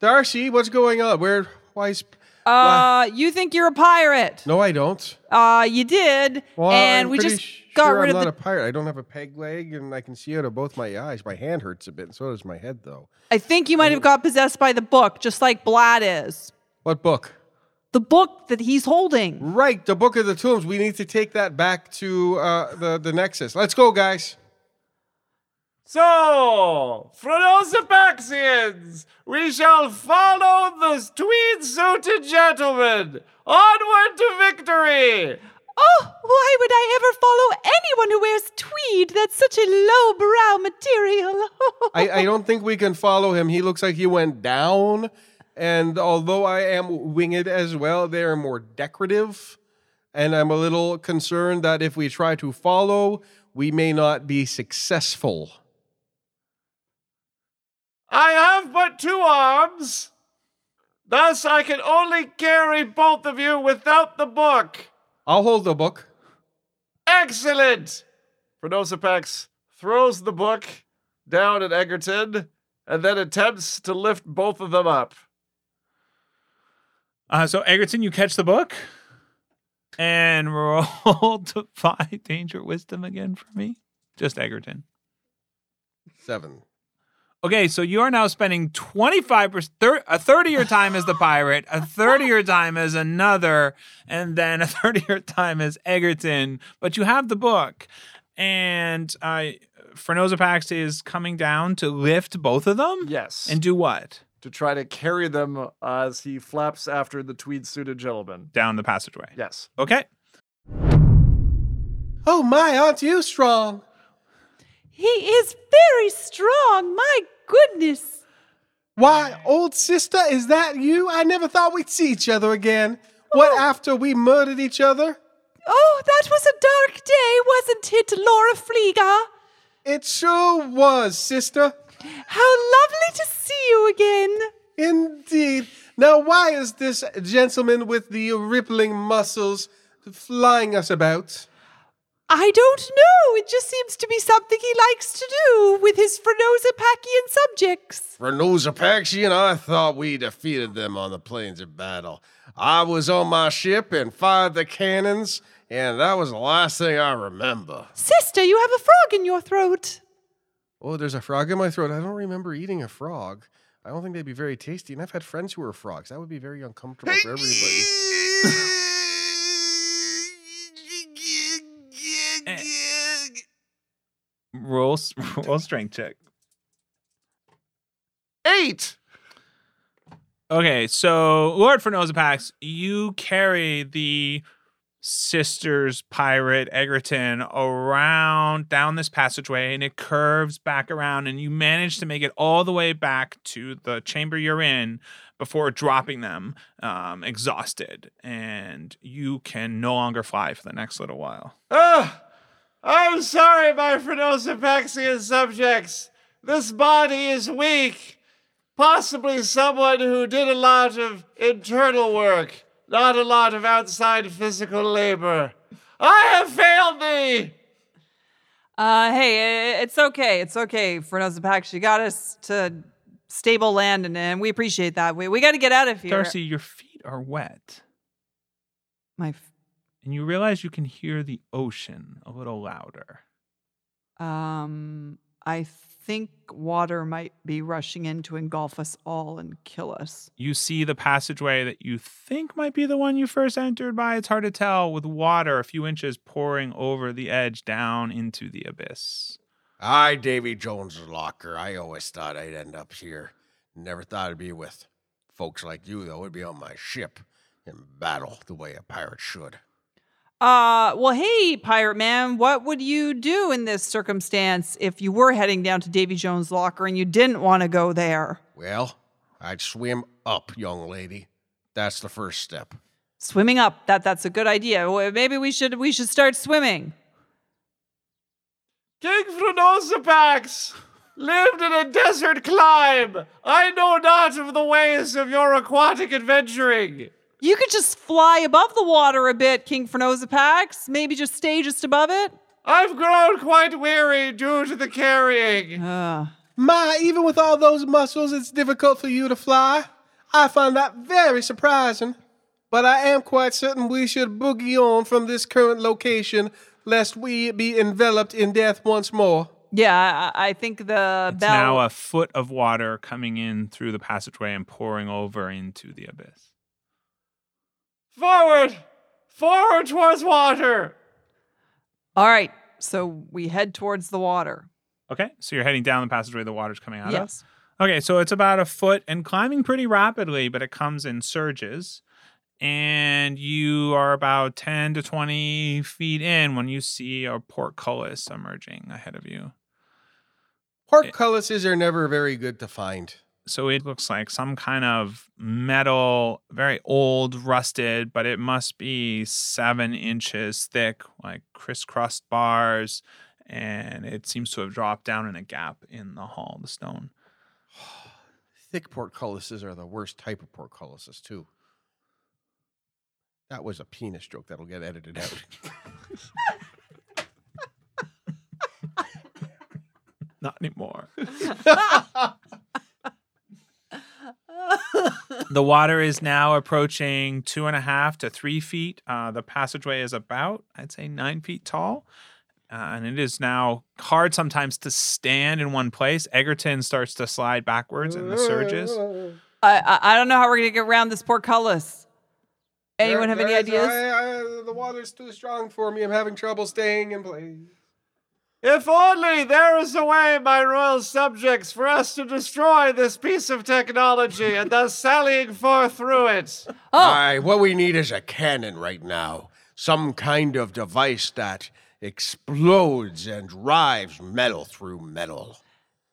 Speaker 6: Darcy, what's going on? Where, why is.
Speaker 9: Uh, you think you're a pirate?
Speaker 6: No, I don't.
Speaker 9: Uh, you did,
Speaker 6: Well,
Speaker 9: and
Speaker 6: I'm
Speaker 9: we
Speaker 6: pretty
Speaker 9: just got
Speaker 6: sure
Speaker 9: rid
Speaker 6: I'm
Speaker 9: of
Speaker 6: not
Speaker 9: the.
Speaker 6: a pirate. I don't have a peg leg, and I can see out of both my eyes. My hand hurts a bit, and so does my head, though.
Speaker 9: I think you might have got possessed by the book, just like Blad is.
Speaker 6: What book?
Speaker 9: The book that he's holding.
Speaker 6: Right, the Book of the Tombs. We need to take that back to uh, the the Nexus. Let's go, guys.
Speaker 12: So, Phronosopaxians, we shall follow the tweed suited gentleman. Onward to victory!
Speaker 14: Oh, why would I ever follow anyone who wears tweed? That's such a lowbrow
Speaker 9: <laughs>
Speaker 14: material.
Speaker 6: I, I don't think we can follow him. He looks like he went down. And although I am winged as well, they are more decorative. And I'm a little concerned that if we try to follow, we may not be successful.
Speaker 12: I have but two arms. Thus, I can only carry both of you without the book.
Speaker 6: I'll hold the book.
Speaker 12: Excellent! Pronosopax throws the book down at Egerton and then attempts to lift both of them up.
Speaker 8: Uh, so Egerton, you catch the book and <laughs> roll defy danger wisdom again for me. Just Egerton.
Speaker 6: Seven.
Speaker 8: Okay, so you are now spending 25%, thir- a third of your time as the pirate, a third of your time as another, and then a <laughs> third of your time as Egerton, but you have the book. And uh, Frenosopax is coming down to lift both of them?
Speaker 12: Yes.
Speaker 8: And do what?
Speaker 12: To try to carry them as he flaps after the tweed suited gentleman.
Speaker 8: Down the passageway.
Speaker 12: Yes.
Speaker 8: Okay.
Speaker 6: Oh my, aren't you strong?
Speaker 14: He is very strong. My goodness.
Speaker 6: Why, old sister, is that you? I never thought we'd see each other again. What after we murdered each other?
Speaker 14: Oh, that was a dark day, wasn't it, Laura Fliega?
Speaker 6: It sure was, sister.
Speaker 14: How lovely to see you again.
Speaker 6: Indeed. Now, why is this gentleman with the rippling muscles flying us about?
Speaker 14: I don't know. It just seems to be something he likes to do with his Frenosopacian subjects.
Speaker 13: Renosopaxian, I thought we defeated them on the plains of battle. I was on my ship and fired the cannons, and that was the last thing I remember.
Speaker 14: Sister, you have a frog in your throat.
Speaker 6: Oh, there's a frog in my throat. I don't remember eating a frog. I don't think they'd be very tasty. And I've had friends who were frogs. That would be very uncomfortable for everybody.
Speaker 8: Roll, s- <laughs> roll strength check.
Speaker 12: Eight!
Speaker 8: Okay, so Lord Fernozapax, you carry the sisters pirate Egerton around down this passageway and it curves back around and you manage to make it all the way back to the chamber you're in before dropping them um, exhausted and you can no longer fly for the next little while.
Speaker 12: Ah, I'm sorry, my Frenosopaxian subjects. This body is weak. Possibly someone who did a lot of internal work, not a lot of outside physical labor. I have failed thee!
Speaker 9: Uh, hey, i- it's okay. It's okay, Fernosa Pax. You got us to stable land, and, and we appreciate that. We, we got to get out of here.
Speaker 8: Darcy, your feet are wet.
Speaker 9: My f-
Speaker 8: and you realize you can hear the ocean a little louder.
Speaker 9: Um, I think water might be rushing in to engulf us all and kill us.
Speaker 8: you see the passageway that you think might be the one you first entered by. It's hard to tell with water a few inches pouring over the edge down into the abyss.
Speaker 13: I, Davy Jones' locker, I always thought I'd end up here. Never thought I'd be with folks like you, though. I'd be on my ship in battle the way a pirate should.
Speaker 9: Uh, well, hey, pirate man, what would you do in this circumstance if you were heading down to Davy Jones' locker and you didn't want to go there?
Speaker 13: Well, I'd swim up, young lady. That's the first step.
Speaker 9: Swimming up, that that's a good idea. W- Maybe we should we should start swimming.
Speaker 12: King Phronosopax lived in a desert clime. I know not of the ways of
Speaker 9: <laughs>
Speaker 12: your aquatic adventuring.
Speaker 9: You could just fly above the water a bit, King Phronosopax. Maybe just stay just above it.
Speaker 12: I've grown quite weary due to the carrying.
Speaker 6: Ah. My, even with all those muscles, it's difficult for you to fly. I find that very surprising. But I am quite certain we should boogie on from this current location lest we be enveloped in death once more.
Speaker 9: Yeah, I, I think the
Speaker 8: It's
Speaker 9: bell.
Speaker 8: now a foot of water coming in through the passageway and pouring over into the abyss.
Speaker 12: Forward! Forward towards water!
Speaker 9: All right, so we head towards the water.
Speaker 8: Okay, so you're heading down the passageway the water's coming out yes. of. Okay, so it's about a foot and climbing pretty rapidly, but it comes in surges. And you are about 10 to 20 feet in when you see a portcullis emerging ahead of you.
Speaker 6: Portcullises are never very good to find.
Speaker 8: So it looks like some kind of metal, very old, rusted, but it must be seven inches thick, like crisscrossed bars. And it seems to have dropped down in a gap in the hall of the stone.
Speaker 13: Thick portcullises are the worst type of portcullises, too. That was a penis joke that'll get edited out.
Speaker 8: Not anymore. the water is now approaching two and a half to three feet. Uh, the passageway is about, I'd say, nine feet tall. Uh, and it is now hard sometimes to stand in one place. Egerton starts to slide backwards in the surges.
Speaker 9: I, I, I don't know how we're going to get around this portcullis. <laughs> Anyone
Speaker 6: There-
Speaker 9: have any
Speaker 6: there is-
Speaker 9: ideas?
Speaker 6: I- I- the water's too strong for me. I'm having trouble staying in place.
Speaker 12: If only there is a way, my royal subjects, for us to destroy this piece of technology and thus sallying forth through it.
Speaker 13: All right, what we need is a cannon right now. Some kind of device that explodes and drives metal through metal.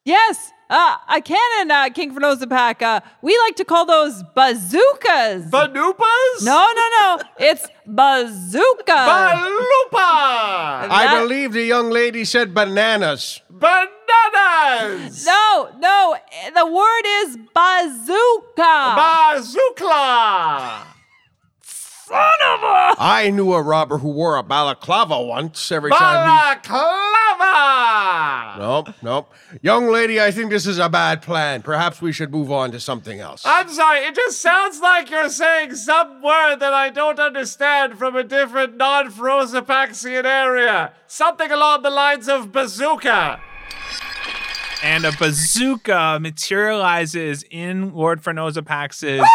Speaker 9: Yes, uh, a cannon, uh, King Fernozapak. Uh, we like to call those bazookas.
Speaker 12: Banupas?
Speaker 9: No, no, no. It's bazookas.
Speaker 12: Balupa!
Speaker 9: That-
Speaker 13: I believe the young lady said
Speaker 6: <laughs>
Speaker 13: bananas.
Speaker 12: Bananas!
Speaker 9: No, no. eh, The word is bazooka.
Speaker 12: Bazukla! Son of a
Speaker 13: I knew a robber who wore a balaclava once every time
Speaker 12: balaclava!
Speaker 13: he. Nope, nope. Young lady, I think this is a bad plan. Perhaps we should move on to something else.
Speaker 12: I'm sorry, it just sounds like you're saying some word that I don't understand from a different non Frozopaxian area. Something along the lines of bazooka.
Speaker 8: And a bazooka materializes in Lord Fernozapax's.
Speaker 12: Ah!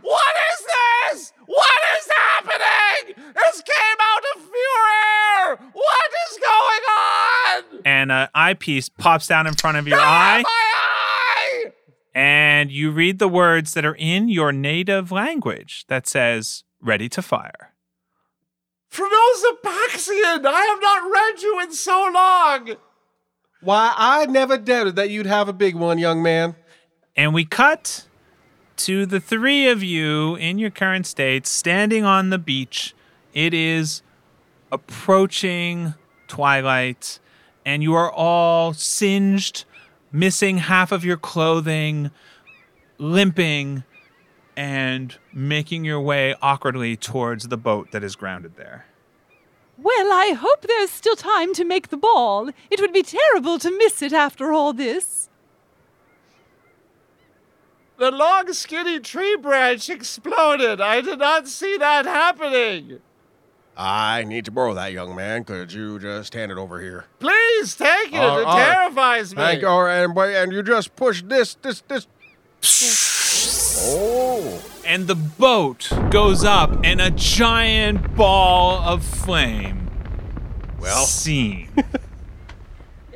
Speaker 12: What is this? What is happening? This came out of pure air! What is going on?
Speaker 8: and an eyepiece pops down in front of your eye.
Speaker 12: My eye!
Speaker 8: and you read the words that are in your native language that says ready to fire
Speaker 12: Phenozapaxian, I have not read you in so long.
Speaker 6: Why, I never doubted that you'd have a big one, young man.
Speaker 8: and we cut to the three of you in your current state standing on the beach it is approaching twilight and you are all singed missing half of your clothing limping and making your way awkwardly towards the boat that is grounded there
Speaker 15: Well, I hope there's still time to make the ball. It would be terrible to miss it after all this.
Speaker 12: The long, skinny tree branch exploded. I did not see that happening.
Speaker 13: I need to borrow that, young man. Could you just hand it over here?
Speaker 12: Please take it.
Speaker 13: All
Speaker 12: it
Speaker 13: right.
Speaker 12: terrifies me.
Speaker 13: Thank you. All right, and, boy, and you just push this, this, this. Oh.
Speaker 8: and the boat goes up and a giant ball of flame well seen <laughs>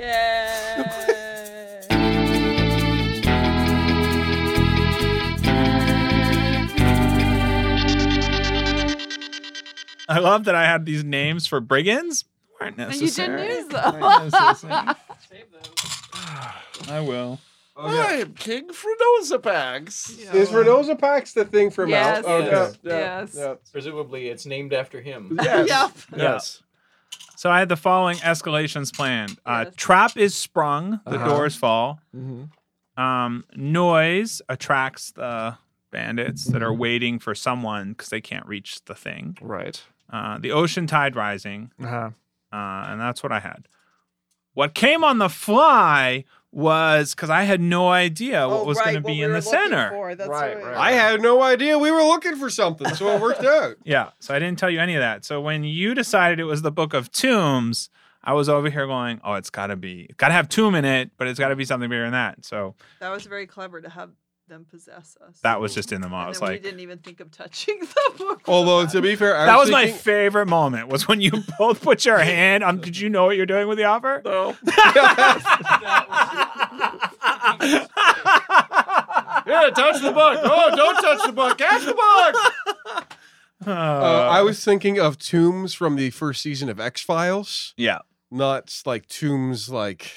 Speaker 8: i love that i had these names for brigands weren't
Speaker 15: And you didn't
Speaker 8: necessary
Speaker 15: use
Speaker 8: Weren't necessary.
Speaker 15: them.
Speaker 8: i will
Speaker 12: I am King Frenozapax.
Speaker 6: Is Renosa Pax the thing from
Speaker 15: Yes.
Speaker 6: out? Oh,
Speaker 15: Yes.
Speaker 6: yeah, yeah,
Speaker 15: Yes.
Speaker 6: yeah.
Speaker 2: Presumably, it's named after him.
Speaker 6: <laughs>
Speaker 15: Yep.
Speaker 12: <laughs>
Speaker 8: Yes. So I had the following escalations planned. Uh, Trap is sprung, the
Speaker 2: Uh-huh.
Speaker 8: doors fall.
Speaker 12: Mm-hmm.
Speaker 8: Um, noise attracts the bandits that are waiting for someone because they can't reach the thing.
Speaker 12: Right.
Speaker 8: Uh, the ocean tide rising.
Speaker 12: Uh-huh.
Speaker 8: Uh, and that's what I had. What came on the fly was because I had no idea what was going to be in the center.
Speaker 6: right, right, I had no idea we were looking for something, so it worked out.
Speaker 8: Yeah. So I didn't tell you any of that. So when you decided it was the Book of Tombs, I was over here going, oh, it's got to be, got to have tomb in it, but it's got to be something bigger than that. So
Speaker 9: That was very clever to have them possess us.
Speaker 8: That was just in the moment. I
Speaker 9: And
Speaker 8: was
Speaker 9: then
Speaker 8: like,
Speaker 9: we didn't even think of touching <laughs> the book.
Speaker 6: Although to be fair, I
Speaker 8: that was,
Speaker 6: was,
Speaker 8: my favorite moment. Was when you <laughs> both put your hand on. Did you know what you're doing with the offer?
Speaker 4: No.
Speaker 8: yeah, touch the book.
Speaker 4: Oh, don't touch the book. Catch the book.
Speaker 6: Uh, I was thinking of tombs from the first season of X Files.
Speaker 8: Yeah.
Speaker 6: Not like tombs like.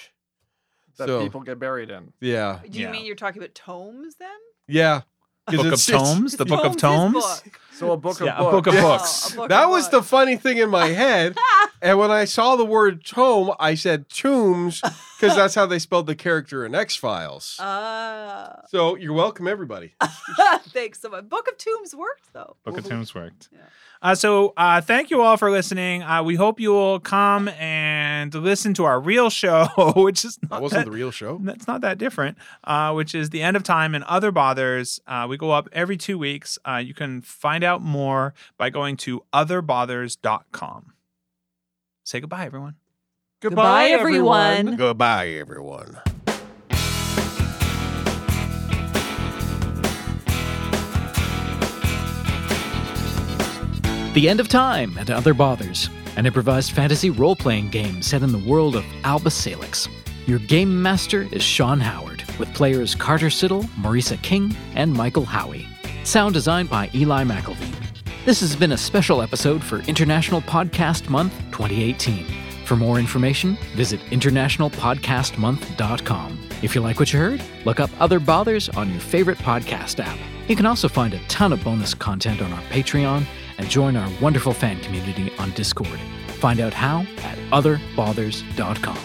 Speaker 4: That
Speaker 6: so,
Speaker 4: people get buried in.
Speaker 6: Yeah.
Speaker 9: Do you mean you're talking about tomes then?
Speaker 6: Yeah. 'Cause
Speaker 8: Book of
Speaker 6: it's just-
Speaker 8: Tomes? The Book of Tomes?
Speaker 4: So a
Speaker 9: <laughs>
Speaker 4: book of
Speaker 8: Yeah, a
Speaker 4: books.
Speaker 8: book of books.
Speaker 9: book
Speaker 6: that
Speaker 9: of
Speaker 6: was the funny thing
Speaker 9: <laughs>
Speaker 6: in my head. and when I saw the word tome, I said tombs because that's how they spelled the character in X Files.
Speaker 9: Uh,
Speaker 6: so you're welcome, everybody.
Speaker 9: <laughs> thanks so much. Book of Tombs worked though.
Speaker 8: Book of Tombs worked. Uh, so uh, thank you all for listening. Uh, we hope you will come and listen to our real show, <laughs> which is not
Speaker 6: That wasn't
Speaker 8: that-
Speaker 6: the real show.
Speaker 8: That's not that different, uh, which is The End of Time and Other Bothers. Uh, we go up every two weeks. Uh, you can find out more by going to otherbothers.com. Say goodbye, everyone.
Speaker 9: Goodbye, everyone.
Speaker 13: Goodbye, everyone.
Speaker 2: The End of Time and Other Bothers, an improvised fantasy role playing game set in the world of Alba Salix. Your game master is Sean Howard, with players Carter Siddle, Marisa King, and Michael Howie. Sound designed by Eli McElveen. This has been a special episode for International Podcast Month 2018. For more information, visit internationalpodcastmonth.com. If you like what you heard, look up Other Bothers on your favorite podcast app. You can also find a ton of bonus content on our Patreon and join our wonderful fan community on Discord. Find out how at otherbothers.com.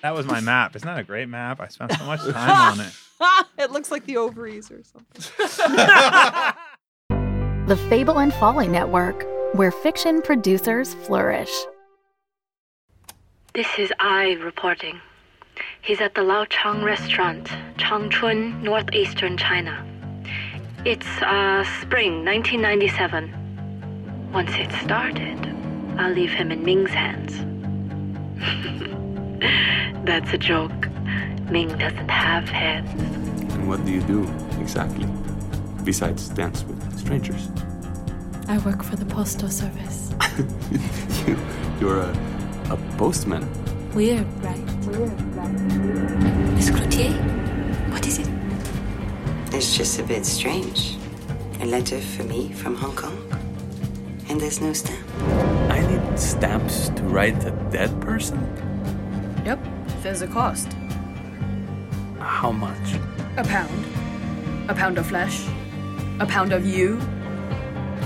Speaker 8: That was my map. Isn't that a great map? I spent so
Speaker 6: <laughs>
Speaker 8: much time on it.
Speaker 9: <laughs> it looks like the ovaries or something.
Speaker 16: The Fable and Folly Network, where fiction producers flourish.
Speaker 17: This is I reporting. He's at the Lao Chang restaurant, Changchun, northeastern China. It's uh, spring 1997. Once it started, I'll leave him in Ming's hands. <laughs> That's a joke. Ming doesn't have hands.
Speaker 18: And what do you do exactly? Besides dance with strangers? <laughs>
Speaker 19: I work for the postal service.
Speaker 18: You, you're a, a postman.
Speaker 19: Weird, right? Weird, right? Miss Cloutier, what is it?
Speaker 20: It's just a bit strange. A letter for me from Hong Kong. And there's no stamp.
Speaker 18: I need stamps to write a dead person?
Speaker 15: <laughs> Yep, there's a cost.
Speaker 18: How much?
Speaker 15: A pound. A pound of flesh. A pound of you.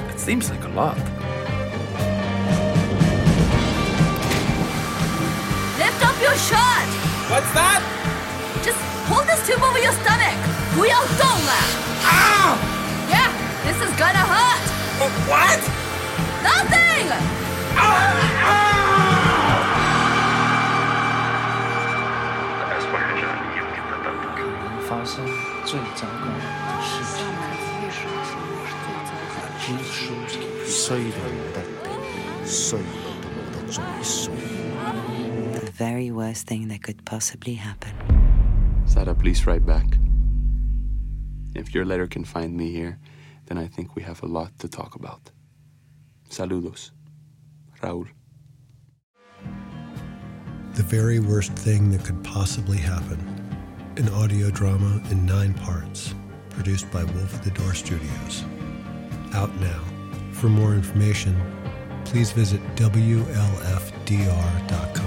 Speaker 18: It seems like a lot.
Speaker 19: Lift up your shirt! What's that? Just hold this tube over your stomach! 不要动了! Ow! Yeah, this is gonna hurt! What? Nothing!
Speaker 20: The very worst thing that could possibly happen.
Speaker 18: Sada, please write back. If your letter can find me here, then I think we have a lot to talk about. Saludos. Raul.
Speaker 21: The very worst thing that could possibly happen. An audio drama in nine parts, produced by Wolf at the Door Studios. Out now. For more information, please visit WLFDR.com.